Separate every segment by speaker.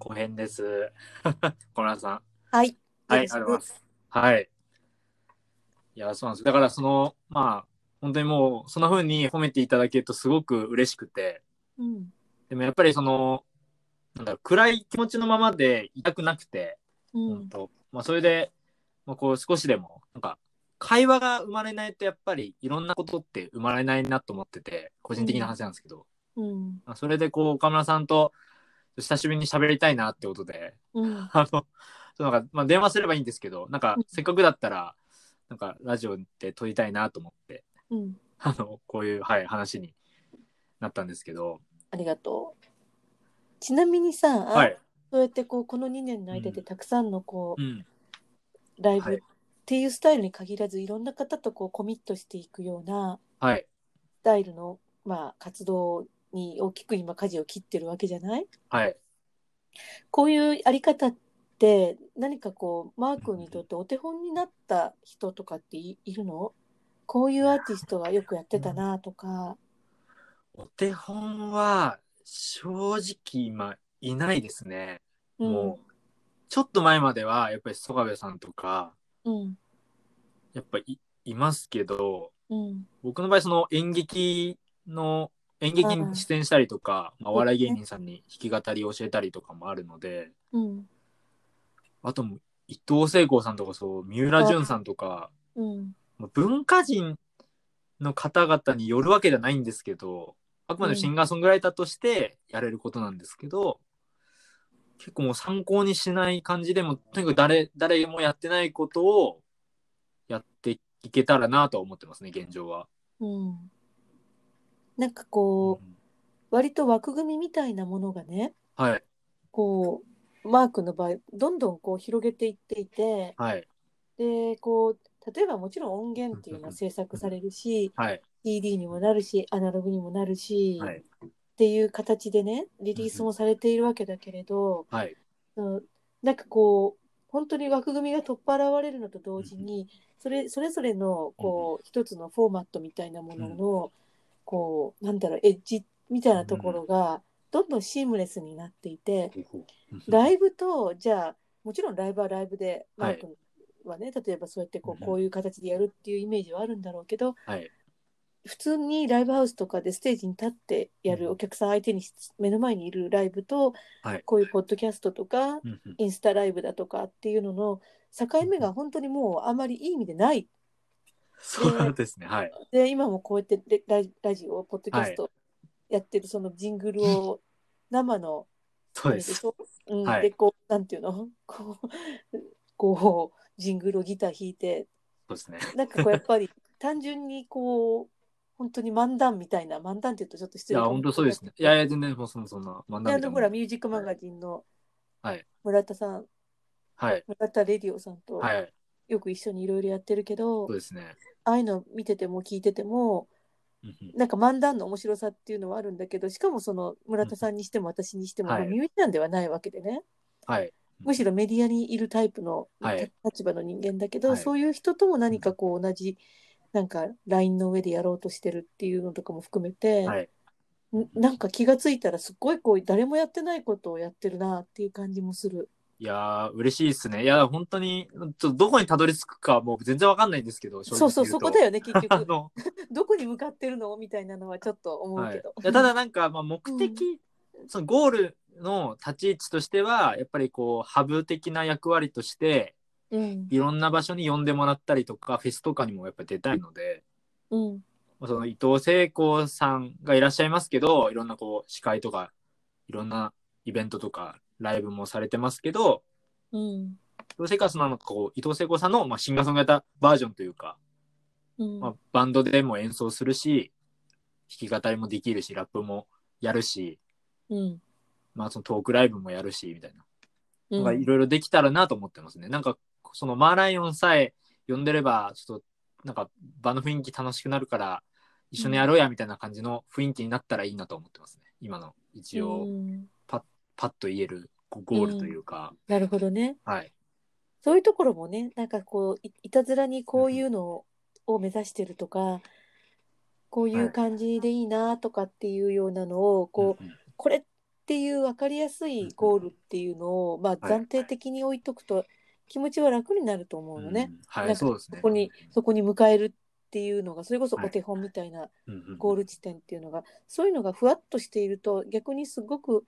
Speaker 1: 辺です。 小村さん。
Speaker 2: はい。
Speaker 1: はい、あ
Speaker 2: よろ
Speaker 1: り
Speaker 2: し
Speaker 1: がとう
Speaker 2: く
Speaker 1: ございます。はい。いや、そうなんです。だから、その、まあ、本当にもう、そんな風に褒めていただけるとすごく嬉しくて、
Speaker 2: うん。
Speaker 1: でもやっぱりその、なんだろう暗い気持ちのままでいたくなくて、
Speaker 2: う
Speaker 1: 本
Speaker 2: ん。
Speaker 1: 当まあ、それで、まあ、こう少しでも、なんか、会話が生まれないと、やっぱりいろんなことって生まれないなと思ってて、個人的な話なんですけど、
Speaker 2: うん。
Speaker 1: まあ、それでこう岡村さんと久しぶりに喋りたいなってことで
Speaker 2: うん。
Speaker 1: あのそうなんか、まあ、電話すればいいんですけどなんか
Speaker 2: うん
Speaker 1: せっかくだったらなんかラジオで撮りたいなと思って
Speaker 2: うん。
Speaker 1: あのこういう、はい、話になったんですけど
Speaker 2: ありがとう。ちなみにさ、
Speaker 1: はい、
Speaker 2: そうやってこうこの2年の間で
Speaker 1: うん
Speaker 2: たくさんのこう、
Speaker 1: うん、
Speaker 2: ライ
Speaker 1: は
Speaker 2: ブっ
Speaker 1: い
Speaker 2: ていうスタイルに限らずいろんな方とこうコミットしていくような
Speaker 1: はい
Speaker 2: スタイルの、まあ、活動に大きく今舵を切ってるわけじゃない
Speaker 1: はい
Speaker 2: こういうあり方って何かこうマー君にとってお手本になった人とかっていいるのこういうアーティストがよくやってたなとか、
Speaker 1: お手本は正直今いないですね
Speaker 2: うん、
Speaker 1: もちょっと前まではやっぱり曽我部さんとか
Speaker 2: うん
Speaker 1: やっぱいいますけど
Speaker 2: うん
Speaker 1: 僕の場合その演劇の演劇に出演したりとか、まあ、お笑い芸人さんに弾き語りを教えたりとかもあるので
Speaker 2: うん
Speaker 1: あともう伊藤聖光さんとかそう三浦淳さんとか、
Speaker 2: うん
Speaker 1: まあ文化人の方々によるわけじゃないんですけどあくまでもシンガーソングライターとしてやれることなんですけど、結構もう参考にしない感じでもとにかく誰誰もやってないことをやっていけたらなとは思ってますね現状は。
Speaker 2: うんなんかこう
Speaker 1: うん
Speaker 2: 割と枠組みみたいなものがね
Speaker 1: はい
Speaker 2: こうマー君の場合どんどんこう広げていっていて
Speaker 1: はい
Speaker 2: でこう例えばもちろん音源っていうのは制作されるし
Speaker 1: はい。
Speaker 2: CD にもなるしアナログにもなるし、
Speaker 1: はい
Speaker 2: っていう形でねリリースもされているわけだけれど、
Speaker 1: はい。
Speaker 2: うん、なんかこう本当に枠組みが取っ払われるのと同時にそれそれぞれのこう一つのフォーマットみたいなもののこうなんだろうエッジみたいなところがどんどんシームレスになっていてライブとじゃあもちろんライブはライブでマ
Speaker 1: はい
Speaker 2: ー君はね例えばそうやってこ
Speaker 1: うん
Speaker 2: うこういう形でやるっていうイメージはあるんだろうけど
Speaker 1: はい。
Speaker 2: 普通にライブハウスとかでステージに立ってやるお客さん相手にし目の前にいるライブと、
Speaker 1: はい
Speaker 2: こういうポッドキャストとかインスタライブだとかっていうのの境目が本当にもうあまりいい意味でない
Speaker 1: そうですね。はい。
Speaker 2: で今もこうやってレララジオポッドキャストやってるそのジングルを生の
Speaker 1: そう
Speaker 2: あれ
Speaker 1: で
Speaker 2: ですし。ょ、うん
Speaker 1: はい
Speaker 2: でこうなんていうの こうこうジングルをギター弾いて
Speaker 1: そうですね。
Speaker 2: なんかこうやっ ぱり単純にこう本当に漫談みたいな漫談って言うとちょっと失
Speaker 1: い
Speaker 2: 礼
Speaker 1: や、
Speaker 2: かも
Speaker 1: 本当そうですね。いやいや、全然もうそんな、そんな、漫
Speaker 2: であ
Speaker 1: 談み
Speaker 2: のほ
Speaker 1: た
Speaker 2: ら
Speaker 1: いな。
Speaker 2: ミュージックマガジンの
Speaker 1: はい
Speaker 2: 村田さん、
Speaker 1: はい。
Speaker 2: 村田レディオさんと
Speaker 1: はい。
Speaker 2: よく一緒にいろいろやってるけど、
Speaker 1: そうですね。
Speaker 2: ああいうの見てても聞いてても
Speaker 1: うんうん
Speaker 2: なんか漫談の面白さっていうのはあるんだけどしかもその村田さんにしても私にしても、
Speaker 1: はい
Speaker 2: まあミュージシャンではないわけでね
Speaker 1: はい。
Speaker 2: むしろメディアにいるタイプの、
Speaker 1: はい
Speaker 2: 立場の人間だけど、
Speaker 1: はい
Speaker 2: そういう人とも何かこう同じなんかラインの上でやろうとしてるっていうのとかも含めて、
Speaker 1: はい。
Speaker 2: んなんか気がついたらすっごいこう誰もやってないことをやってるなっていう感じもする。
Speaker 1: いやー、嬉しいですね。いや、本当に、ちょっとどこにたどり着くか、もう全然わかんないんですけど、正直
Speaker 2: そうそう
Speaker 1: 言
Speaker 2: そ
Speaker 1: と
Speaker 2: こだよね結
Speaker 1: あ
Speaker 2: 局
Speaker 1: の、
Speaker 2: どこに向かってるのみたいなのはちょっと思う
Speaker 1: はい。
Speaker 2: け
Speaker 1: い
Speaker 2: ど。
Speaker 1: やただ、なんか、まあ、目的、そのゴールの立ち位置としては、やっぱりこう、ハブ的な役割として、
Speaker 2: うん
Speaker 1: いろんな場所に呼んでもらったりとか、フェスとかにもやっぱり出たいので、
Speaker 2: うん
Speaker 1: その伊藤聖子さんがいらっしゃいますけど、いろんなこう司会とか、いろんなイベントとか、ライブもされてますけど、
Speaker 2: うん
Speaker 1: 伊藤聖子はそのなんかこう伊藤聖子さんの、まあ、シンガーソングライターバージョンというか、
Speaker 2: うん
Speaker 1: まあ、バンドでも演奏するし、弾き語りもできるし、ラップもやるし、
Speaker 2: うん
Speaker 1: まあ、そのトークライブもやるし、みたいな。
Speaker 2: う
Speaker 1: なん
Speaker 2: ん
Speaker 1: かいろいろできたらなと思ってますね。なんか、そのマーライオンさえ呼んでれば、ちょっと、なんか場の雰囲気楽しくなるから、一緒にやろうやみたいな感じの雰囲気になったらいいなと思ってますね。今の一応、
Speaker 2: うん
Speaker 1: パッと言えるこうゴールというか、
Speaker 2: なるほどね。
Speaker 1: はい。
Speaker 2: そういうところもね、なんかこういいたずらにこういうのを目指してるとか、こういう感じでいいなとかっていうようなのをこう、
Speaker 1: うんうん
Speaker 2: これっていう分かりやすいゴールっていうのを、まあ、
Speaker 1: はい
Speaker 2: 暫定的に置いとくと気持ちは楽になると思うのね。
Speaker 1: うんは
Speaker 2: なん
Speaker 1: い、
Speaker 2: か
Speaker 1: そうですね。
Speaker 2: そこにそこに迎えるっていうのがそれこそ
Speaker 1: はい
Speaker 2: お手本みたいな
Speaker 1: うんうん
Speaker 2: ゴール地点っていうのが、そういうのがふわっとしていると逆にすごく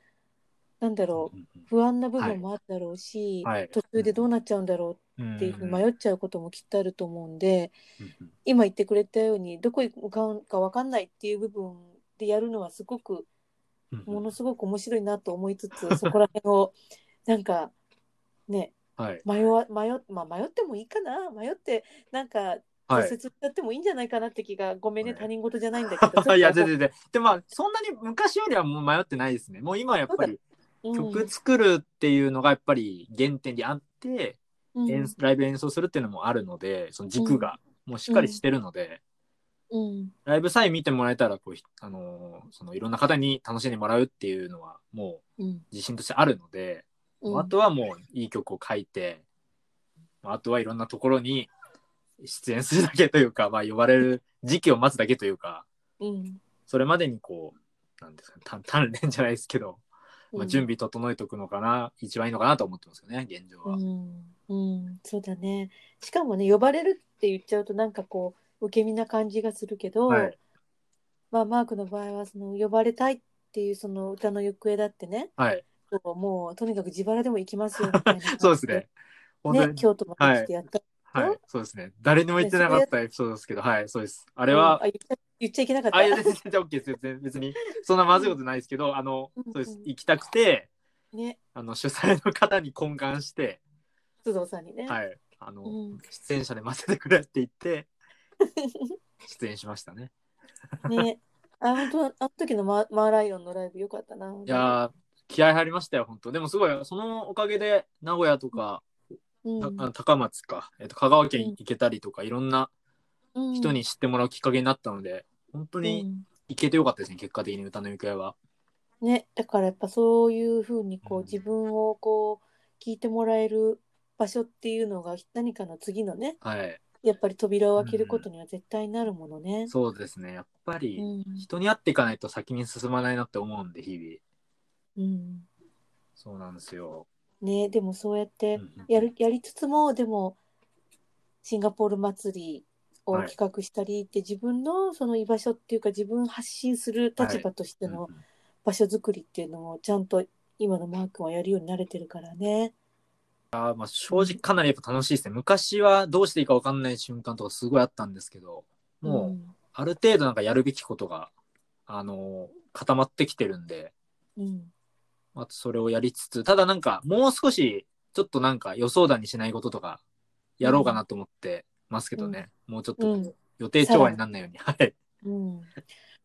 Speaker 2: なんだろう
Speaker 1: うんうん
Speaker 2: 不安な部分もあるだろうし、
Speaker 1: はい
Speaker 2: 途中でどうなっちゃうんだろ
Speaker 1: うん
Speaker 2: うっていうふうに迷っちゃうこともきっとあると思うんで、
Speaker 1: うんうん
Speaker 2: 今言ってくれたようにどこへ向かうか分かんないっていう部分でやるのはすごく
Speaker 1: うんうん
Speaker 2: ものすごく面白いなと思い つつそこら辺をなんかね
Speaker 1: はい。
Speaker 2: 迷わ迷,、まあ、迷ってもいいかな迷ってなんか
Speaker 1: は
Speaker 2: 挫
Speaker 1: い
Speaker 2: 折しちゃってもいいんじゃないかなって気が、ごめんね
Speaker 1: はい
Speaker 2: 他人事じゃないんだけどちょっと
Speaker 1: いや、全然全然。で、まあ、そんなに昔よりはもう迷ってないですね。もう今はやっぱり
Speaker 2: うん
Speaker 1: 曲作るっていうのがやっぱり原点にあって、
Speaker 2: うん
Speaker 1: 演ライブ演奏するっていうのもあるので、その軸がもうしっかりしてるので、
Speaker 2: うん
Speaker 1: ライブさえ見てもらえたらこう、ひあのーそのいろんな方に楽しんでもらうっていうのはも
Speaker 2: うん
Speaker 1: う自信としてあるので、
Speaker 2: うん
Speaker 1: もうあとはもういい曲を書いて、まああとはいろんなところに出演するだけというか、まあ、呼ばれる時期を待つだけというか、
Speaker 2: うん
Speaker 1: それまでにこう、なんですかね、鍛 鍛錬じゃないですけど、まあ、準備整えておくのかな、一番いいのかなと思ってますよね、現状は。
Speaker 2: うん、うん、そうだね。しかもね、呼ばれるって言っちゃうと、なんかこう、受け身な感じがするけど、
Speaker 1: はい。
Speaker 2: まあ、マークの場合は、その、呼ばれたいっていう、その歌の行方だってね、
Speaker 1: はい。
Speaker 2: こうもう、とにかく自腹でも行きますよ、みたいな感じ。
Speaker 1: そうですね。本当
Speaker 2: ね、
Speaker 1: に、
Speaker 2: 京都まで来てやった。
Speaker 1: はい。そうですね。誰にも言ってなかったエピソードですけど、はい、そうです。あれは
Speaker 2: うん、あ言っちゃ言っちゃいけなかった。
Speaker 1: あ、いや、全然全然 OK ですよ。全然別に、そんなまずいことないですけど、あの
Speaker 2: うん、
Speaker 1: そうです。行きたくて、
Speaker 2: ね、
Speaker 1: あの、主催の方に懇願して、
Speaker 2: 須藤さんにね。
Speaker 1: はい。あの、
Speaker 2: うん
Speaker 1: 出演者で混ぜてくれって言って、出演しましたね。
Speaker 2: ね、あ、本当、あの時のマーマーライオンのライブよかったな。
Speaker 1: いやー、気合入りましたよ、本当でもすごい、そのおかげで、名古屋とか、
Speaker 2: うん、
Speaker 1: たあの高松か、えっと、香川県行けたりとか、いろんな
Speaker 2: うん
Speaker 1: 人に知ってもらうきっかけになったので、本当
Speaker 2: う
Speaker 1: に
Speaker 2: ん
Speaker 1: 行けてよかったですね、結果的に歌の行方は。
Speaker 2: ね、だからやっぱそういうふうにこう
Speaker 1: うん
Speaker 2: 自分をこう聞いてもらえる場所っていうのが何かの次のね
Speaker 1: はい。
Speaker 2: やっぱり扉を開けることには絶対なるものね。
Speaker 1: そうですね、やっぱり、
Speaker 2: うん
Speaker 1: 人に会っていかないと先に進まないなって思うんで日々
Speaker 2: うん
Speaker 1: そうなんですよ、
Speaker 2: ね、でもそうやって
Speaker 1: うんうん
Speaker 2: やるやりつつもでもシンガポール祭りを企画したりって自分のその居場所っていうか自分発信する立場としての
Speaker 1: うんうん
Speaker 2: 場所づくりっていうのもちゃんと今のマー君はやるようになれてるからね。
Speaker 1: あーまあ正直かなりやっぱ楽しいですね昔はどうしていいか分かんない瞬間とかすごいあったんですけどもうある程度なんかやるべきことが、あのー固まってきてるんで、
Speaker 2: うん、うん
Speaker 1: まあ、それをやりつつただなんかもう少しちょっとなんか予想だにしないこととかやろうかなと思ってますけどね、もうちょっと
Speaker 2: うん
Speaker 1: 予定調和にならないように、 はい
Speaker 2: うん、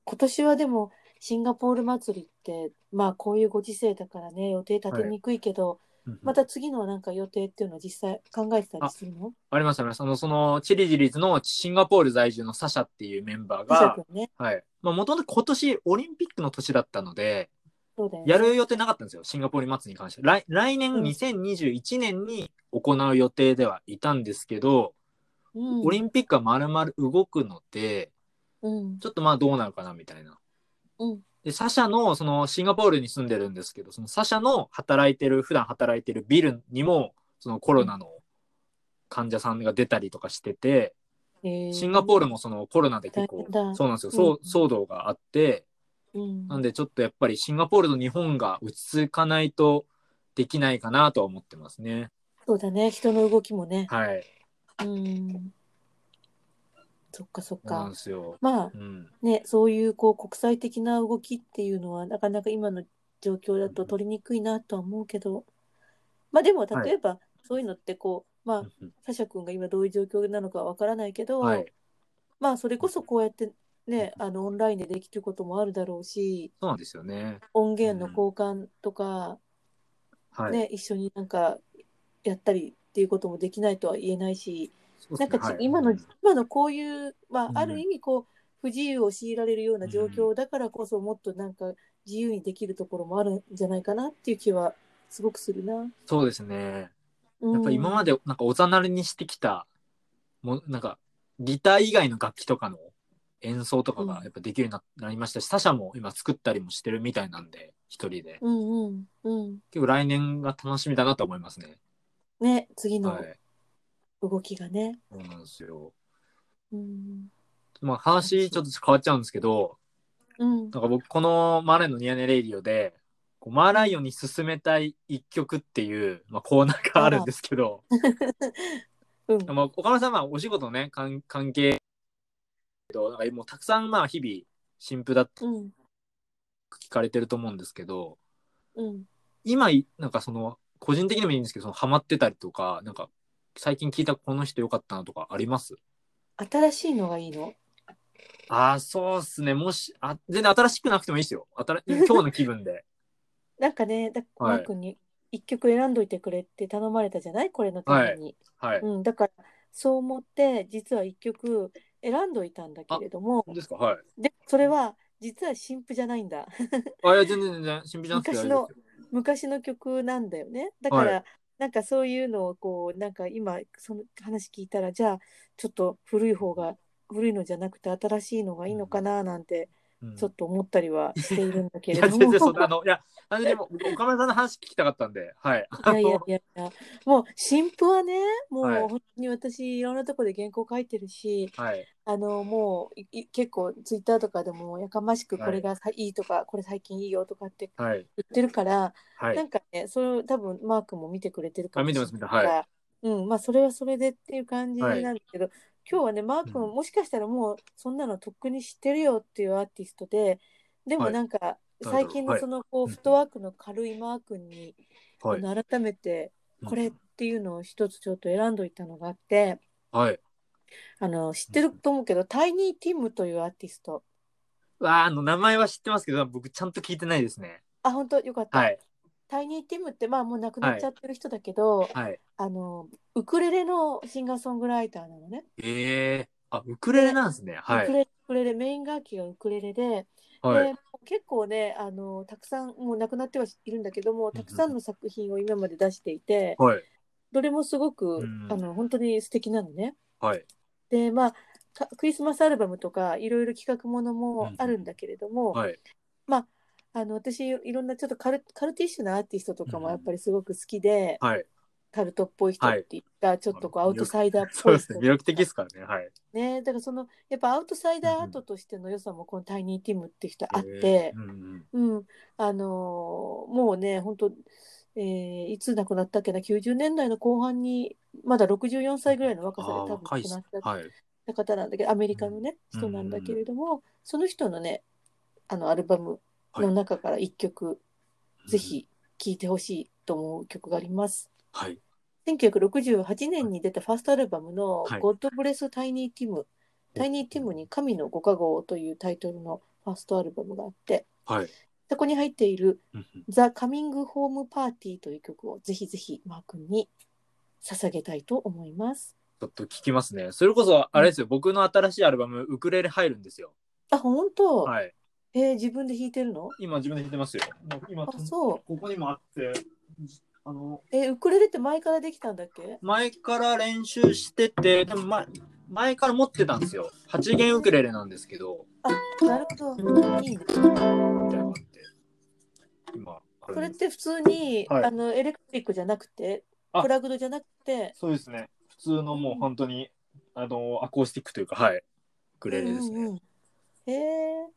Speaker 2: 今年はでもシンガポール祭りってまあこういうご時世だからね予定立てにくいけど、また次のなんか予定っていうのは実際考えてたりするの
Speaker 1: ありましたありましたあのそのチリジリーズのシンガポール在住のサシャっていうメンバー
Speaker 2: 藤
Speaker 1: が
Speaker 2: 田、君ね
Speaker 1: はい。まあ、もともと今年オリンピックの年だったので、
Speaker 2: そうだよね
Speaker 1: やる予定なかったんですよ、シンガポール祭りに関して。来来年
Speaker 2: うん
Speaker 1: 2021年に行う予定ではいたんですけど、
Speaker 2: うん
Speaker 1: オリンピックは丸々動くので、
Speaker 2: うん
Speaker 1: ちょっとまあどうなるかなみたいな。
Speaker 2: うん
Speaker 1: で、サシャの、そのシンガポールに住んでるんですけど、そのサシャの働いてる、普段働いてるビルにも、そのコロナの患者さんが出たりとかしてて、
Speaker 2: え
Speaker 1: シンガポールもそのコロナで結構
Speaker 2: 大変だ
Speaker 1: そうなんですよ、
Speaker 2: うん
Speaker 1: 騒騒動があって
Speaker 2: ル、うん、
Speaker 1: なんでちょっとやっぱりシンガポールと日本が落ち着かないとできないかなとは思ってますね。
Speaker 2: そうだね人の動きもね、
Speaker 1: はい、
Speaker 2: うんそっかそっ
Speaker 1: そうなん
Speaker 2: か
Speaker 1: ですよ。
Speaker 2: まあ
Speaker 1: うん、
Speaker 2: ねそういうこう国際的な動きっていうのはなかなか今の状況だと取りにくいなとは思うけどまあでも例えばそういうのってこう、まあサシャ君が今どういう状況なのかわからないけど、
Speaker 1: はい、
Speaker 2: まあそれこそこうやってねあのオンラインでできることもあるだろうし
Speaker 1: そうなんですよね。
Speaker 2: 音源の交換とか、
Speaker 1: はい、
Speaker 2: ね一緒になんかやったりっていうこともできないとは言えないし、
Speaker 1: そうっす
Speaker 2: な
Speaker 1: ね
Speaker 2: んかち、
Speaker 1: はい
Speaker 2: 今の、
Speaker 1: うん
Speaker 2: 今のこういう、ま
Speaker 1: う
Speaker 2: あ、
Speaker 1: ん
Speaker 2: ある意味こう不自由を強いられるような状況だからこそもっとなんか自由にできるところもあるんじゃないかなっていう気はすごくするな。
Speaker 1: そうですね。
Speaker 2: うん
Speaker 1: やっぱ今までなんかおざなりにしてきたもなんかギター以外の楽器とかの演奏とかがやっぱできるようになりましたし、他社も今作ったりもしてるみたいなんで、一人で。
Speaker 2: うんうんうん。
Speaker 1: 結構来年が楽しみだなと思いますね。
Speaker 2: ね、次の
Speaker 1: はい。
Speaker 2: 動きがね。
Speaker 1: そうなんですよ。
Speaker 2: うん。
Speaker 1: まあ話ちょっと変わっちゃうんですけど、
Speaker 2: うん。
Speaker 1: なんか僕このマーライオンのニヤネレイディオで、こうマーライオンに勧めたい一曲っていう、まあ、コーナーがあるんですけど、
Speaker 2: うん。
Speaker 1: まあ、岡村さんはお仕事ね、関関係けど、なんかもうたくさんまあ日々、新婦だって
Speaker 2: うん。
Speaker 1: 聞かれてると思うんですけど、
Speaker 2: うん。
Speaker 1: 今、なんかその、個人的にもいいんですけど、そのハマってたりとか、なんか、最近聞いたこの人良かったなとかあります
Speaker 2: 新しいのがいいの
Speaker 1: ああ、そうっすね。もし、あ、全然新しくなくてもいいですよ。新 今日の気分で。
Speaker 2: なんかね、だ
Speaker 1: はい
Speaker 2: マー君に一曲選んどいてくれって頼まれたじゃないこれのために。
Speaker 1: はい。
Speaker 2: うん。だから、そう思って、実は一曲選んどいたんだけれども、
Speaker 1: 本当ですかはい。
Speaker 2: で、それは、実は新譜じゃないんだ。
Speaker 1: あ、いや、全然全然、新品じゃなくて大丈夫ですよ。
Speaker 2: 昔の曲なんだよね。だから、
Speaker 1: は
Speaker 2: なんかそういうのをこうなんか今その話聞いたらじゃあちょっと古い方が古いのじゃなくて新しいのがいいのかななんて
Speaker 1: うん
Speaker 2: ちょっと思ったりはしているんだけ
Speaker 1: い
Speaker 2: れ
Speaker 1: や、
Speaker 2: ど
Speaker 1: 全
Speaker 2: も、
Speaker 1: 然そんな、あの、いや、あの、でも、僕岡村さんの話聞きたかったんで、はい。
Speaker 2: いやいやいやいやもう新譜はねもう
Speaker 1: はい
Speaker 2: 本当に私いろんなとこで原稿書いてるし
Speaker 1: はい。
Speaker 2: あのもういい結構ツイッターとかでもやかましく
Speaker 1: はい
Speaker 2: これがさいいとか、これ最近いいよとかって
Speaker 1: はい。
Speaker 2: 言ってるから、
Speaker 1: はい
Speaker 2: な。んかね、それを多分マークも見てくれてるかもしれない
Speaker 1: あ見てます見てま
Speaker 2: うん、まあそれはそれでっていう感じなんだけど、今日はね、マークも
Speaker 1: う
Speaker 2: もしかしたらもうそんなのとっくに知ってるよっていうアーティストで、でもなんか
Speaker 1: い
Speaker 2: 最近のそのこう
Speaker 1: はい
Speaker 2: フットワークの軽いマークに、
Speaker 1: はい。
Speaker 2: あの改めて
Speaker 1: うん
Speaker 2: これっていうのを一つちょっと選んどいたのがあって、
Speaker 1: はい。
Speaker 2: あの知ってると思うけど、タイニー・ティムというアーティスト。
Speaker 1: わあ、あの、名前は知ってますけど、僕ちゃんと聞いてないですね。
Speaker 2: あ、本当よかった。
Speaker 1: はい。
Speaker 2: タイニー・ティムってまあもう亡くなっちゃってる人だけど、
Speaker 1: はい。
Speaker 2: あのウクレレのシンガーソングライターなのね。
Speaker 1: ええあ、ウクレレなんですね。は
Speaker 2: ウク
Speaker 1: い。
Speaker 2: レレウクレレメイン楽器がウクレレで,、
Speaker 1: は
Speaker 2: で
Speaker 1: い。
Speaker 2: 結構ねあのたくさんもう亡くなってはいるんだけどもたくさんの作品を今まで出していて
Speaker 1: はい。
Speaker 2: どれもすごく、
Speaker 1: うん
Speaker 2: あの本当に素敵なのね。
Speaker 1: はい。
Speaker 2: でまあかクリスマスアルバムとかいろいろ企画ものもあるんだけれども、
Speaker 1: はい。
Speaker 2: あの私いろんなちょっとカルカルティッシュなアーティストとかもやっぱりすごく好きで、
Speaker 1: はい。
Speaker 2: カルトっぽい人っていったちょっとこうアウトサイダーっ
Speaker 1: そ
Speaker 2: ぽ
Speaker 1: う
Speaker 2: い
Speaker 1: です
Speaker 2: 人
Speaker 1: ね。魅力的ですからね。はい。
Speaker 2: ねだからそのやっぱアウトサイダーアートとしての良さもこのタイニーティムって人あって、
Speaker 1: えーうんうん。
Speaker 2: うんあのーもうね本当、えーいつ亡くなったっけな90年代の後半にまだ64歳ぐらいの若さで
Speaker 1: あー
Speaker 2: 多分
Speaker 1: 若
Speaker 2: 亡
Speaker 1: いっ
Speaker 2: く
Speaker 1: す
Speaker 2: なっ
Speaker 1: ね
Speaker 2: ちゃっ
Speaker 1: はい。
Speaker 2: た方なんだけどアメリカのね、
Speaker 1: うん
Speaker 2: 人なんだけれども、その人のねあのアルバム
Speaker 1: は
Speaker 2: の
Speaker 1: い
Speaker 2: 中から1曲、ぜ。ひ聴いてほしいと思う曲があります。
Speaker 1: はい。
Speaker 2: 1968年に出たファーストアルバムの
Speaker 1: はい
Speaker 2: 「God Bless Tiny Tim」タイニーティムに「神のご加護を」というタイトルのファーストアルバムがあって
Speaker 1: はい。
Speaker 2: そこに入っている
Speaker 1: うんうん
Speaker 2: 「The Coming Home Party」という曲をぜひぜひマー君に捧げたいと思います。
Speaker 1: ちょっと聞きますね。それこそ、あれですよ。僕の新しいアルバム、ウクレレ入るんですよ。
Speaker 2: あ本当、
Speaker 1: はい。
Speaker 2: えー自分で弾いてるの
Speaker 1: 今、自分で弾いてますよ。今、
Speaker 2: あそう
Speaker 1: ここにもあって、あの、
Speaker 2: えーウクレレって前からできたんだっけ
Speaker 1: 前から練習してて、でも前、前から持ってたんですよ。8弦ウクレレなんですけど、
Speaker 2: なるほどいいね。
Speaker 1: みたいなのがあって。今、あ
Speaker 2: そ
Speaker 1: る
Speaker 2: れ
Speaker 1: ん
Speaker 2: っ
Speaker 1: です
Speaker 2: て普通に、
Speaker 1: はい
Speaker 2: あのエレクトリックじゃなくて
Speaker 1: あ
Speaker 2: プラグドじゃなくて
Speaker 1: そうですね。普通のもう本当に、あの、アコースティックというか、はい。ウクレレですね。
Speaker 2: うんうんうん、へえ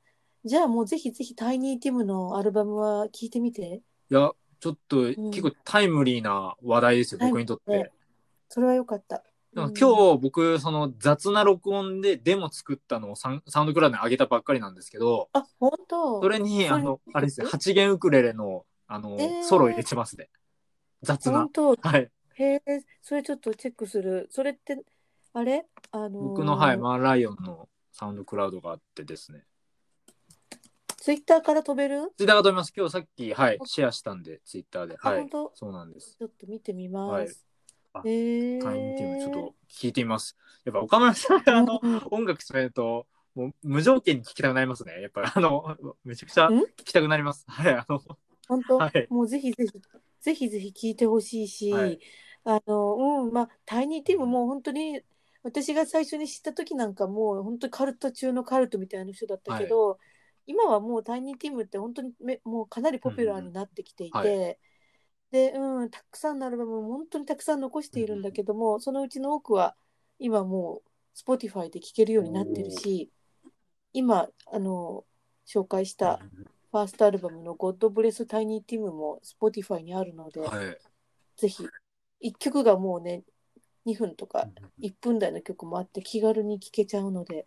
Speaker 2: じゃあもうぜひぜひタイニーティムのアルバムは聞いてみて
Speaker 1: いや、ちょっと、結構タイムリーな話題ですよ、
Speaker 2: うん
Speaker 1: 僕にとっ
Speaker 2: はい
Speaker 1: て。
Speaker 2: それはよかった
Speaker 1: なんか
Speaker 2: うん
Speaker 1: 今日僕その雑な録音でデモ作ったのをサウンサウンドクラウドに上げたばっかりなんですけど
Speaker 2: あ本当
Speaker 1: それに
Speaker 2: そ
Speaker 1: あ
Speaker 2: れ
Speaker 1: のあれですね8弦ウクレレのあの、
Speaker 2: えー
Speaker 1: ソロ入れてますね雑な
Speaker 2: 本当
Speaker 1: はい
Speaker 2: へえそれちょっとチェックするそれってあれあのー
Speaker 1: 僕のはいマーライオンのサウンドクラウドがあってですね
Speaker 2: ツイッターから飛べる、
Speaker 1: ツイッターが飛びます今日さっきはいシェアしたんでツイッターで
Speaker 2: あ
Speaker 1: は
Speaker 2: 本
Speaker 1: い
Speaker 2: 当
Speaker 1: そうなんです
Speaker 2: ちょっと見てみま
Speaker 1: はい
Speaker 2: す、
Speaker 1: あ
Speaker 2: へえ
Speaker 1: タイムティムちょっと聞いてみますやっぱ岡村さんがあの
Speaker 2: うんうん
Speaker 1: 音楽詰めるともう無条件に聴きたくなりますねやっぱりあのめちゃくちゃ
Speaker 2: ん
Speaker 1: 聴きたくなりますはいあの
Speaker 2: 本当、
Speaker 1: はい
Speaker 2: もうぜひぜひぜひぜひ聞いてほしいし、
Speaker 1: はい
Speaker 2: あのうんまあタイニーティムもう本当に私が最初に知った時なんかもう本当にカルト中のカルトみたいな人だったけど、今はもうタイニーティムって本当にめもうかなりポピュラーになってきていて、
Speaker 1: うんうん
Speaker 2: で、うん、たくさんのアルバムも本当にたくさん残しているんだけども、そのうちの多くは今もう Spotify で聴けるようになってるし今あの紹介したファーストアルバムの「God Bless Tiny Tim」も Spotify にあるので、
Speaker 1: はい。
Speaker 2: ぜひ1曲がもうね2分とか1分台の曲もあって気軽に聴けちゃうので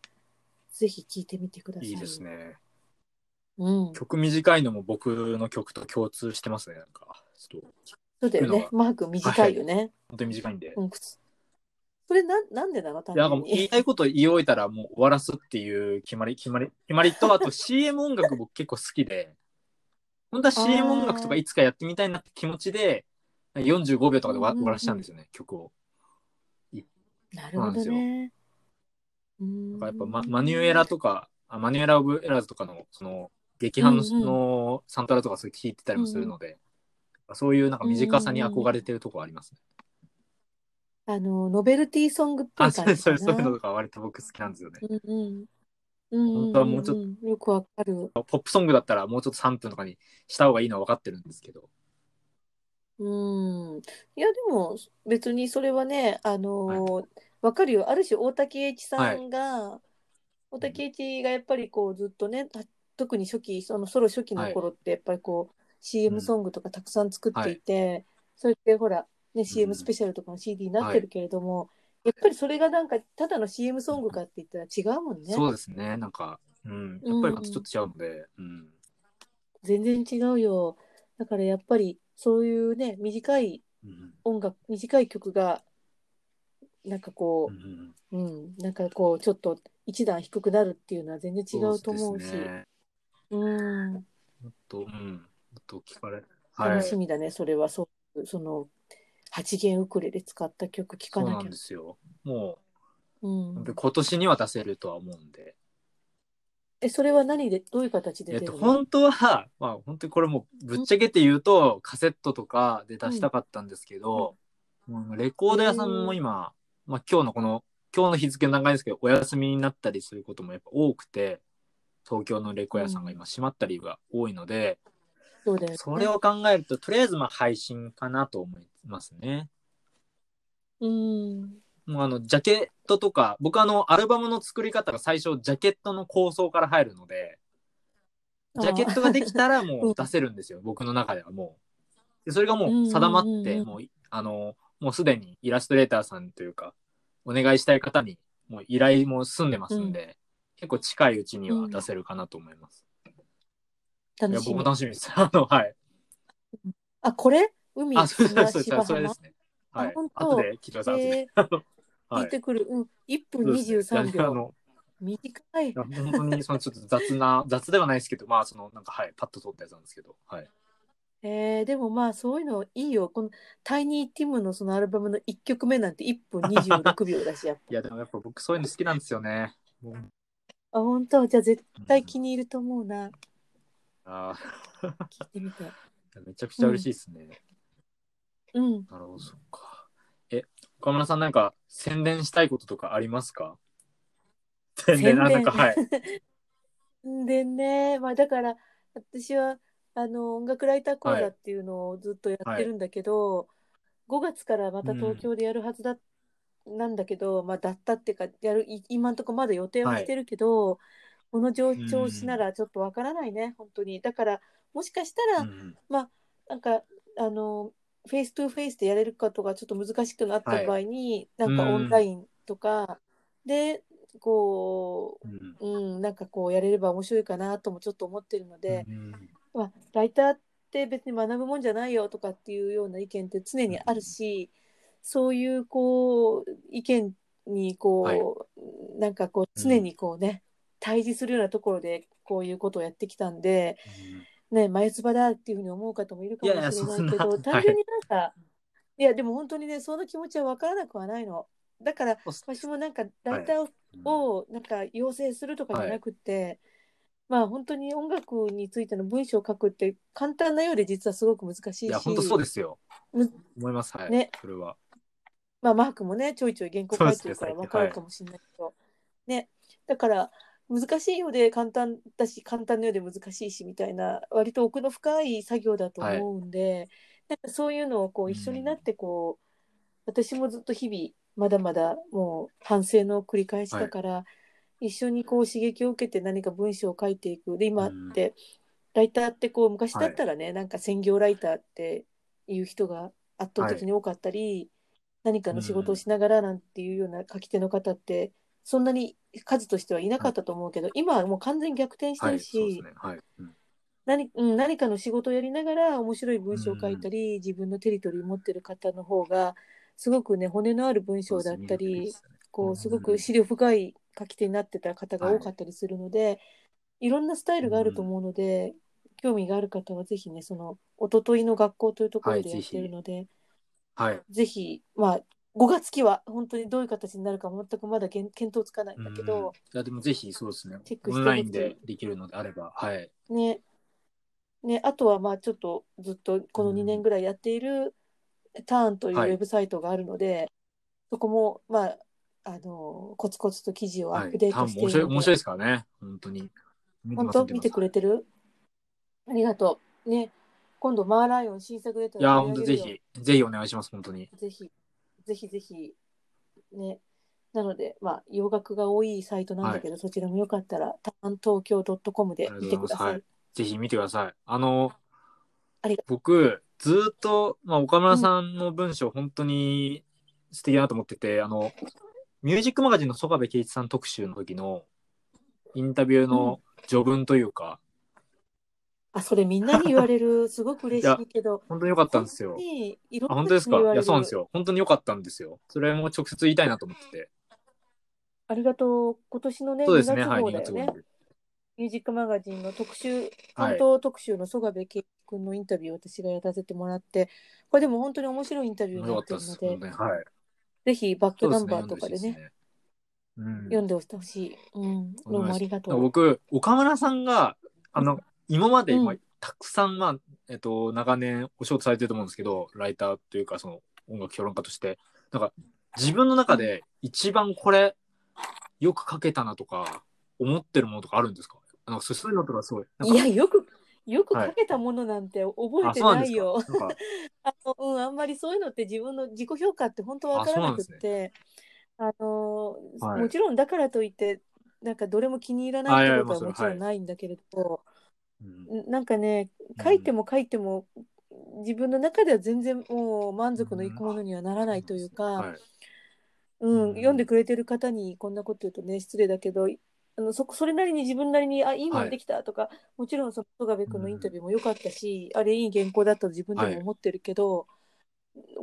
Speaker 2: ぜひ聴いてみてください。
Speaker 1: いいですね。
Speaker 2: うん、そ
Speaker 1: 曲短いのも僕の曲と共通してますね。なんか、ちょっと、
Speaker 2: うだよね。マーク短いよね。
Speaker 1: 本当に短いんで。
Speaker 2: うん、くつそれなんなんでなの単
Speaker 1: なんか
Speaker 2: 純
Speaker 1: もう言い
Speaker 2: に。
Speaker 1: たいこと言い終えたらもう終わらすっていう決まり決まり決まりとあ と CM 音楽僕結構好きで本当は CM 音楽とかいつかやってみたいなって気持ちで45秒とかで終わ
Speaker 2: うんうんうん
Speaker 1: 終わらしたんですよね曲を
Speaker 2: なるほどね。う
Speaker 1: だ
Speaker 2: ん
Speaker 1: からやっぱママニュエラとかあマニュエラ・オブ・エラーズとかのその劇伴の,、
Speaker 2: うんうん
Speaker 1: のサントラとかそういう聞いてたりもするので、そういうなんか短さに憧れてるとこありますね、
Speaker 2: あのノベルティーソングっぽい
Speaker 1: あそう
Speaker 2: 感 じ
Speaker 1: そ
Speaker 2: か
Speaker 1: うそ
Speaker 2: な。
Speaker 1: ういうのとか割と僕好きなんですよね、
Speaker 2: うんうんうんうんうん
Speaker 1: 本当はもうちょっ
Speaker 2: とよくわかる。
Speaker 1: ポップソングだったらもうちょっと3分とかにした方がいいのは分かってるんですけど
Speaker 2: うん。いやでも別にそれはねあのわかるよ。ある種大竹栄一さんが、大竹栄一がやっぱりこうずっとねた特に初期そのソロ初期の頃ってやっぱりこう、
Speaker 1: う
Speaker 2: CM
Speaker 1: ん
Speaker 2: ソングとかたくさん作っていて、それってほら、ね、CM スペシャルとかの CD になってるけれども、やっぱりそれがなんかただの CM ソングかって言ったら違うもんね。
Speaker 1: そうですね、なんか、うん、
Speaker 2: うん
Speaker 1: やっぱりまたちょっと違うので、うん、
Speaker 2: 全然違うよ。だからやっぱりそういうね短い
Speaker 1: うん、
Speaker 2: 音楽短い曲がなんかこ
Speaker 1: うんうん
Speaker 2: う、うんなんかこうちょっと一段低くなるっていうのは全然違うと思うし。
Speaker 1: そですね
Speaker 2: うん
Speaker 1: もっと、うん、もっと聞かれ、は
Speaker 2: 楽
Speaker 1: い、
Speaker 2: しみだね、それはそうその8弦ウクレレ使った曲聴
Speaker 1: そ
Speaker 2: か
Speaker 1: う
Speaker 2: な
Speaker 1: な
Speaker 2: き
Speaker 1: ん
Speaker 2: ゃ
Speaker 1: ですよ。も
Speaker 2: う、
Speaker 1: う、
Speaker 2: ん
Speaker 1: で、今年には出せるとは思うんで、
Speaker 2: えそれは何でどういう形で
Speaker 1: えっ
Speaker 2: 出る
Speaker 1: と、
Speaker 2: の、
Speaker 1: 本当は、まあ、本当にこれもうぶっちゃけて言うと、カセットとかで出したかったんですけど、うんレコード屋さんも今、まあ、今日のこの、今日の日付の長いんですけど、お休みになったりすることもやっぱ多くて、東京のレコ屋さんが今閉まったりが多いので、
Speaker 2: そうだよね
Speaker 1: それを考えると、とりあえずまあ配信かなと思いますね。
Speaker 2: うん
Speaker 1: もうあの、ジャケットとか、僕あの、アルバムの作り方が最初、ジャケットの構想から入るので、ジャケットができたらもう出せるんですよ、僕の中ではもう。でそれがもう定ま
Speaker 2: うんうん
Speaker 1: っ
Speaker 2: うん
Speaker 1: て、
Speaker 2: うん
Speaker 1: もう、あの、もうすでにイラストレーターさんというか、お願いしたい方に、もう依頼も済んでますんで、結構近いうちには出せるかなと思います。
Speaker 2: あ
Speaker 1: いや、
Speaker 2: 楽し
Speaker 1: 僕も
Speaker 2: み
Speaker 1: 楽しみです。 あの、はい。
Speaker 2: あこれ海
Speaker 1: あ、そう
Speaker 2: 砂
Speaker 1: です、そうです、それですね。は
Speaker 2: あ
Speaker 1: い
Speaker 2: 本。当
Speaker 1: 後で聞いてください、後で。
Speaker 2: えー
Speaker 1: は
Speaker 2: 聞いてくる、うん1
Speaker 1: そ
Speaker 2: 分
Speaker 1: うで
Speaker 2: 23
Speaker 1: すねいやあ
Speaker 2: 秒
Speaker 1: の
Speaker 2: 短い
Speaker 1: いや本当にそのちょっと雑な 雑ではないですけどまあそのなんかはいパッと撮ったやつなんですけどはい
Speaker 2: えーでもまあそういうのいいよこのタイニーティムのそのアルバムの1曲目なんて1分26秒だしやっぱ
Speaker 1: いやでもやっぱ僕そういうの好きなんですよねもう
Speaker 2: あ本当じゃあ絶対気に入ると思うな
Speaker 1: あ
Speaker 2: 聞いてみて
Speaker 1: ーめちゃくちゃ嬉しいですね、
Speaker 2: うん
Speaker 1: なるほどそっかえ岡村さんなんか宣伝したいこととかありますか宣伝
Speaker 2: 伝
Speaker 1: あなんかはい
Speaker 2: でね、まあだから私はあの音楽ライター講座っていうのをずっとやってるんだけど、5月からまた東京でやるはずだ、なんだけど、まあ、だったっていうかやるい今のところまだ予定はしてるけど、この上調子ならちょっとわからないね、本当にだからもしかしたら、
Speaker 1: うん
Speaker 2: なんかあのフェイストゥフェイスでやれるかとかちょっと難しくなった場合に、
Speaker 1: い
Speaker 2: なんか
Speaker 1: うん
Speaker 2: オンラインとかでこう
Speaker 1: うん
Speaker 2: うん、なんかこうやれれば面白いかなともちょっと思ってるので、
Speaker 1: うん
Speaker 2: まあ、ライターって別に学ぶもんじゃないよとかっていうような意見って常にあるし、そういうこう意見にこう、なんかこう常にこうね、対峙するようなところでこういうことをやってきたんで、ね、前つばだっていうふうに思う方もいるかもしれない
Speaker 1: い
Speaker 2: け
Speaker 1: やいや
Speaker 2: ど
Speaker 1: そんな
Speaker 2: 単純になんか、い、やでも本当にねその気持ちは分からなくはないの。だから
Speaker 1: そうっす
Speaker 2: 私もなんかライターををなんか要請するとかじゃなくて、まあ本当に音楽についての文章を書くって簡単なようで実はすごく難しいし
Speaker 1: いや本当そうですよ
Speaker 2: む
Speaker 1: 思いますはい、
Speaker 2: ね
Speaker 1: それは
Speaker 2: まあ、マークもねちょいちょい原稿書いてるか
Speaker 1: そうですね
Speaker 2: ら分かるかもしれないけど、ねだから難しいようで簡単だし簡単なようで難しいしみたいな割と奥の深い作業だと思うんで、なんかそういうのをこ
Speaker 1: う
Speaker 2: うん一緒になってこう、私もずっと日々まだまだもう反省の繰り返しだから、一緒にこう刺激を受けて何か文章を書いていくで今って、ライターってこう昔だったらね、なんか専業ライターっていう人が圧倒的に多かったり、何かの仕事をしながらなんていうような書き手の方ってそんなに数としてはいなかったと思うけど、今はもう完全に逆転して
Speaker 1: は
Speaker 2: る
Speaker 1: い、
Speaker 2: し、
Speaker 1: そうですね。はい。うん
Speaker 2: 何うん、何かの仕事をやりながら面白い文章を書いたり、自分のテリトリー持ってる方の方がすごくね骨のある文章だったり、
Speaker 1: そうですね
Speaker 2: こ
Speaker 1: う
Speaker 2: うんすごく資料深い書き手になってた方が多かったりするので、い、ろんなスタイルがあると思うので、興味がある方はぜひねそのおとといの学校というところ
Speaker 1: は
Speaker 2: で
Speaker 1: い
Speaker 2: やってるので、
Speaker 1: はい。
Speaker 2: ぜひまあ5月期は本当にどういう形になるか全くまだ検検討つかないんだけ
Speaker 1: うん
Speaker 2: ど、
Speaker 1: いやでもぜひそうですね
Speaker 2: チェッ。クし
Speaker 1: オ
Speaker 2: て
Speaker 1: ン
Speaker 2: みて
Speaker 1: ラインでできるのであれば、はい。
Speaker 2: ね。ね、あとはまあちょっとずっとこの2年ぐらいやっているターンというウ
Speaker 1: はい
Speaker 2: ェブサイトがあるので、そこもまああのコツコツと記事をア
Speaker 1: は
Speaker 2: ッ
Speaker 1: い。
Speaker 2: プデー
Speaker 1: 多
Speaker 2: ト
Speaker 1: 分
Speaker 2: し
Speaker 1: 面白い
Speaker 2: ているので
Speaker 1: 面白いですからね。本当に。見て
Speaker 2: 本
Speaker 1: ます
Speaker 2: 当見てくれてるありがとう。ね、今度マーライオン新作出た
Speaker 1: いや、
Speaker 2: ら
Speaker 1: 本当
Speaker 2: 取り
Speaker 1: ぜ
Speaker 2: 上げるよ
Speaker 1: ひ、ぜひお願いします、本当に。
Speaker 2: ぜひ、ぜひぜひ、ね。なので、まあ、洋楽が多いサイトなんだけど、そちらもよかったら、ターン東京 .com で見て
Speaker 1: ありがとうご
Speaker 2: くださ
Speaker 1: ざいますはいい。ぜひ見てください。あの
Speaker 2: ありが、
Speaker 1: 僕、ずーっと、まあ、岡村さんの文章、本当に素敵だなと思ってて、あの、ミュージックマガジンの曽我部圭一さん特集の時のインタビューの序文というか、
Speaker 2: あ、それみんなに言わ れる、すごく嬉しいけど、
Speaker 1: 本当に良かったんですよ
Speaker 2: 本当。にいろん
Speaker 1: あ、
Speaker 2: な
Speaker 1: 本当ですかい
Speaker 2: 人に言われ
Speaker 1: や、
Speaker 2: る
Speaker 1: そうなんですよ。本当に良かったんですよ。それも直接言いたいなと思ってて。
Speaker 2: ありがとう。今年のね、
Speaker 1: そう
Speaker 2: 2
Speaker 1: で
Speaker 2: 月
Speaker 1: すね、はい、
Speaker 2: 号
Speaker 1: 2
Speaker 2: だよ
Speaker 1: 月号
Speaker 2: ね。
Speaker 1: に。
Speaker 2: ミュージックマガジンの特集、
Speaker 1: は
Speaker 2: 担
Speaker 1: い。
Speaker 2: 当特集の曽我部圭君のインタビューを私がやらせてもらって、これでも本当に面白いインタビュー
Speaker 1: 面
Speaker 2: に
Speaker 1: 白か
Speaker 2: なっ
Speaker 1: ってた
Speaker 2: る
Speaker 1: で
Speaker 2: の
Speaker 1: す。
Speaker 2: で
Speaker 1: 本、当に。はい。
Speaker 2: ぜひバッ
Speaker 1: そ
Speaker 2: ク
Speaker 1: うで
Speaker 2: ナ
Speaker 1: す
Speaker 2: ン
Speaker 1: ね、
Speaker 2: バー
Speaker 1: 読んでほし
Speaker 2: と
Speaker 1: い
Speaker 2: かで
Speaker 1: です
Speaker 2: ね、
Speaker 1: ね。うん。
Speaker 2: 読んでほしい。うん、どうもありがと
Speaker 1: なんか
Speaker 2: う。
Speaker 1: 僕岡村さんがあの今まで、
Speaker 2: うん
Speaker 1: まあたくさん、まあえっと、長年お仕事されてると思うんですけどライターというかその音楽評論家としてなんか自分の中で一番これよく書けたなとか思ってるものとかあるんですかなんかそういうのとかすごいなん
Speaker 2: い
Speaker 1: か
Speaker 2: や、よく、よく書けたものなんて覚え
Speaker 1: あ
Speaker 2: て
Speaker 1: そうなん
Speaker 2: な
Speaker 1: で
Speaker 2: い
Speaker 1: すか
Speaker 2: よ。
Speaker 1: なんか
Speaker 2: あのうん、あんまりそういうのって自分の自己評価って本当わからなくっ
Speaker 1: あそうなんで
Speaker 2: てあ、の
Speaker 1: はい
Speaker 2: もちろんだからといってなんかどれも気に入ら
Speaker 1: あ
Speaker 2: ないいっ
Speaker 1: やいや
Speaker 2: てことは
Speaker 1: まあ
Speaker 2: もち
Speaker 1: それ
Speaker 2: ろんないんだけれど、
Speaker 1: うん
Speaker 2: なんかね
Speaker 1: うん
Speaker 2: 書いても書いても自分の中では全然もう満足のいくものにはならないというか、
Speaker 1: はい
Speaker 2: うん
Speaker 1: うん
Speaker 2: 読んでくれてる方にこんなこと言うとね失礼だけどあのそそれなりに自分なりにあいいも
Speaker 1: は
Speaker 2: ん
Speaker 1: い
Speaker 2: できたとか、もちろんその曽我部君のインタビューも良かったし、あれいい原稿だったと自分でも思ってるけど、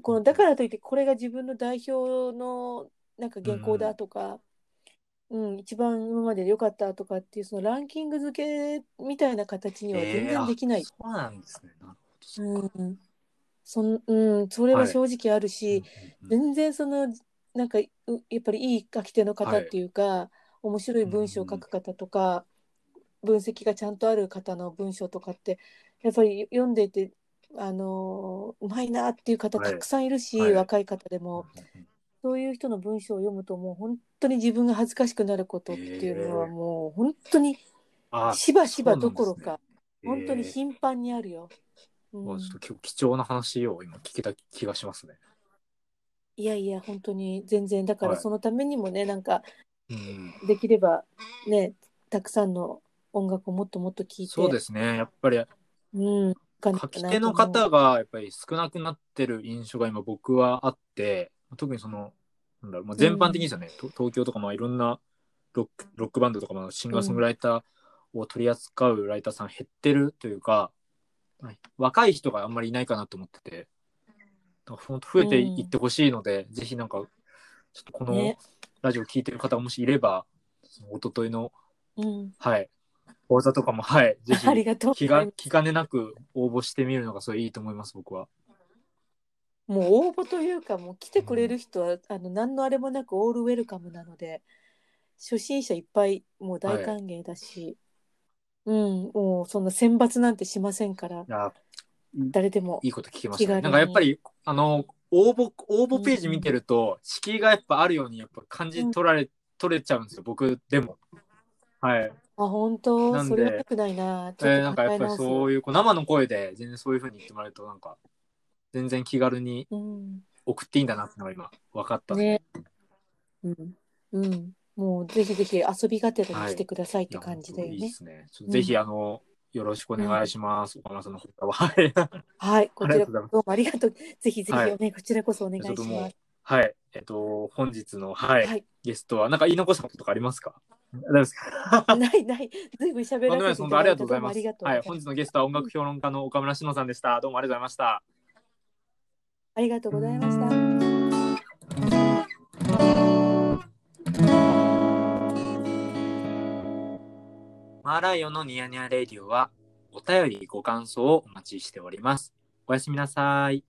Speaker 2: このだからといってこれが自分の代表のなんか原稿だとか、うん一番今までで良かったとかっていうそのランキング付けみたいな形には全
Speaker 1: えー
Speaker 2: 然
Speaker 1: あ
Speaker 2: できない。
Speaker 1: そうなんですねなるほど
Speaker 2: うんそんうん、それは正直あるし、
Speaker 1: うんうん
Speaker 2: 全然そのなんかうやっぱりいい書き手の方っていうか、面白い文章を書く方とか、分析がちゃんとある方の文章とかってやっぱり読んでいてあのーうまいなっていう方
Speaker 1: はい
Speaker 2: たくさんいるし、
Speaker 1: はい
Speaker 2: 若い方でも、
Speaker 1: うん
Speaker 2: そういう人の文章を読むともう本当に自分が恥ずかしくなることっていうのは
Speaker 1: へえ
Speaker 2: もう本当に
Speaker 1: あ
Speaker 2: しばしば
Speaker 1: そうな
Speaker 2: ど
Speaker 1: んです
Speaker 2: こ
Speaker 1: ね
Speaker 2: ろか、本当に
Speaker 1: えー
Speaker 2: 頻繁にあるよ。う
Speaker 1: まあ
Speaker 2: ん
Speaker 1: ちょっと結構貴重な話を今聞けた気がしますね。
Speaker 2: いやいや本当に全然だから
Speaker 1: はい
Speaker 2: そのためにもね、なんか
Speaker 1: うん、
Speaker 2: できればねたくさんの音楽をもっともっと聴いて
Speaker 1: そうですね。やっぱり
Speaker 2: うん、書
Speaker 1: 書き手の方がやっぱり少なくなってる印象が今僕はあって、特にそのなんだろう、まあ、全般的にですよね。と東京とかまあいろんなロックロックバンドとかまあシンガーソングライターを取り扱うライターさん減ってるというか、はい若い人があんまりいないかなと思ってて、だから本当増えていってほしいので、ぜひなんかちょっとこの
Speaker 2: ね
Speaker 1: ラジオ聞いてる方がもしいれば、その一昨日の
Speaker 2: うん、
Speaker 1: はい。講座とかも、はい。ぜ
Speaker 2: あり
Speaker 1: ひ、
Speaker 2: がとう
Speaker 1: 気
Speaker 2: ござい
Speaker 1: が
Speaker 2: ます、
Speaker 1: 気兼ねなく応募してみるのが、それいいと思います、僕は。
Speaker 2: もう応募というかもう来てくれる人は、あの何のあれもなくオールウェルカムなので初心者いっぱいもう大歓迎だし、うんもうそんな選抜なんてしませんから
Speaker 1: いや、
Speaker 2: 誰でも
Speaker 1: いいこと聞きました
Speaker 2: 気
Speaker 1: ね。
Speaker 2: 軽に
Speaker 1: なんかやっぱり、あの、応募応募ページ見てると敷居がやっぱあるようにやっぱ感じ取られ、取れちゃうんですよ僕でもはい、
Speaker 2: あ、本当
Speaker 1: なんで
Speaker 2: それは良くないな。
Speaker 1: えーなんかやっぱりそういうこう生の声で全然そういうふうに言ってもらえるとなんか全然気軽に
Speaker 2: う。うん。
Speaker 1: 送っていいんだなってのが今分かった、
Speaker 2: ね。うん。うん。もうぜひぜひ遊びがてらにしてくださいって感じだよ
Speaker 1: いや本当いい
Speaker 2: ね
Speaker 1: で。すねちょっ
Speaker 2: う
Speaker 1: と
Speaker 2: ん
Speaker 1: ぜひ、あのよろしくお願いします、岡村さんの方ははい
Speaker 2: はい、こちら
Speaker 1: ありがとうございます
Speaker 2: どうもありがとう。 ぜひぜひ
Speaker 1: はい
Speaker 2: おね、こちらこそお願い
Speaker 1: ちょっと
Speaker 2: し
Speaker 1: も
Speaker 2: ま
Speaker 1: う
Speaker 2: す。、
Speaker 1: はい、えっと、本日の、はい、
Speaker 2: はい
Speaker 1: ゲストは、なんか言い残したこととかありますか。大丈夫ですか。
Speaker 2: ないない、ずいぶん喋
Speaker 1: とんでもない
Speaker 2: ら
Speaker 1: で
Speaker 2: せ
Speaker 1: す
Speaker 2: て
Speaker 1: 本
Speaker 2: いた
Speaker 1: 当あ
Speaker 2: だ
Speaker 1: り
Speaker 2: い
Speaker 1: が
Speaker 2: て
Speaker 1: と
Speaker 2: ど
Speaker 1: うござ
Speaker 2: う
Speaker 1: い
Speaker 2: も
Speaker 1: ま
Speaker 2: あ
Speaker 1: す
Speaker 2: りがと。う。
Speaker 1: はい、本日のゲストは音楽評論家の岡村志乃さんでした。どうもありがとうございました。
Speaker 2: ありがとうございました。
Speaker 1: マーライオンのニヤニヤレディオは、お便りご感想をお待ちしております。おやすみなさい。